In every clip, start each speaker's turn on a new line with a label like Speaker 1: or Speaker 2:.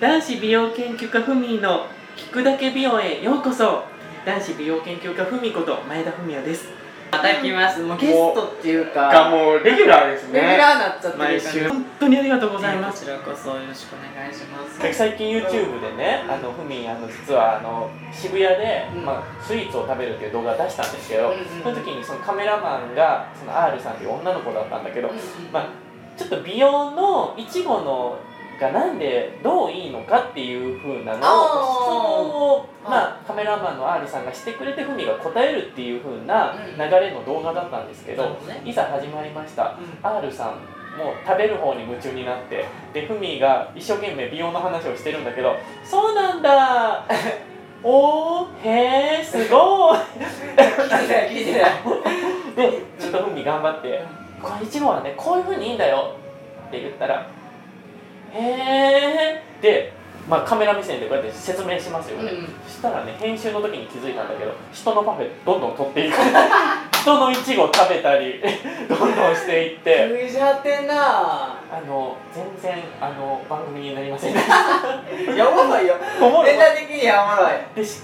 Speaker 1: 男子美容研究家ふみの聞くだけ美容へようこそ男子美容研究家ふみこと前田文也です
Speaker 2: また来ますもうゲストっていうか
Speaker 3: がもうレギュラーです
Speaker 2: レギュ
Speaker 3: ね
Speaker 2: ラーになっちゃってる
Speaker 3: 毎
Speaker 2: から
Speaker 3: 週
Speaker 1: 本当にありがとうご
Speaker 2: ご
Speaker 1: ざいます
Speaker 2: こちらこそよろしくお願いします
Speaker 3: 最近 YouTube でねあのふみあの実はあの渋谷で、
Speaker 2: うん
Speaker 3: まあ、スイーツを食べるっていう動画を出したんですけど、
Speaker 2: うんうん
Speaker 3: その時にそのカメラマンがその R さんっていう女の子だったんだけど、
Speaker 2: うん
Speaker 3: まあ、ちょっと美容のいちごのがなんでどういいのかっていう風なのを質問を、
Speaker 2: あー
Speaker 3: まあ、カメラマンの R さんがしてくれてふみが答えるっていう風な
Speaker 2: うん
Speaker 3: 流れの動画だったんですけ
Speaker 2: な
Speaker 3: ど、
Speaker 2: るほどね
Speaker 3: いざ始まりました R さんもう食べる方に夢中になってでふみが一生懸命美容の話をしてるんだけど「そうなんだ おーへーすごい
Speaker 2: 聞いてない聞いてない」
Speaker 3: でちょっとふみ頑張って「これいちごはねこういうふうにいいんだよ」って言ったら「へーで、まあ、カメラ目線でこうやって説明しますよね、
Speaker 2: うん
Speaker 3: そしたらね編集の時に気づいたんだけど人のパフェどんどん取っていく 人のいちご食べたりどんどんしていって。
Speaker 2: 食いじゃってんな
Speaker 3: あの全然あの番組になりません でし
Speaker 2: ぁやばいよ
Speaker 3: たおもろい
Speaker 2: ネタ的にやばい
Speaker 3: でし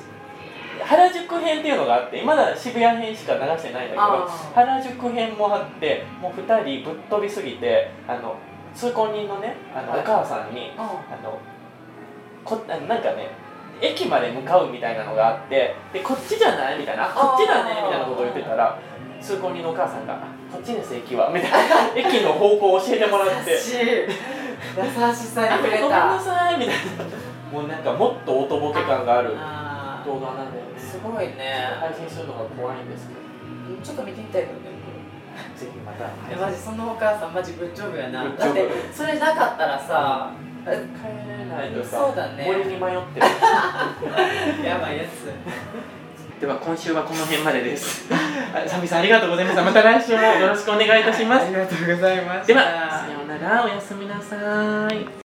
Speaker 3: 原宿編っていうのがあってまだ渋谷編しか流してないんだけど
Speaker 2: あー
Speaker 3: 原宿編もあってもう2人ぶっ飛びすぎてあの通行人のねあの
Speaker 2: はい
Speaker 3: お母さんにあのこあのなんかね駅まで向かうみたいなのがあってでこっちじゃないみたいなあこっちだね
Speaker 2: あー
Speaker 3: みたいなことを言ってたら通行人のお母さんがあ「こっちです駅は」みたい な駅の方向を教えてもらって
Speaker 2: 優しい優しさ
Speaker 3: あご
Speaker 2: に触
Speaker 3: め
Speaker 2: れ
Speaker 3: んな
Speaker 2: た
Speaker 3: さいみたいなもうなんかもっと音ボケ感がある
Speaker 2: あ
Speaker 3: 動画なんだよ
Speaker 2: ー
Speaker 3: ね
Speaker 2: すごいね
Speaker 3: 配信するのが怖いんですけど
Speaker 2: ちょっと見てみたいけどね
Speaker 3: ぜひまた
Speaker 2: いやマジそのお母さんマジグッジョブやな
Speaker 3: グッジ
Speaker 2: だ
Speaker 3: ョ
Speaker 2: っ
Speaker 3: ブ
Speaker 2: てそれなかったらさ
Speaker 3: 帰れないとさ
Speaker 2: そうだね
Speaker 3: 森に迷ってる
Speaker 2: やばいやつ
Speaker 1: では今週はこの辺までです あサミさんありがとうございましたまた来 週もよろしくお願いいたします
Speaker 2: ありがとうございました
Speaker 1: ではさようならおやすみなさい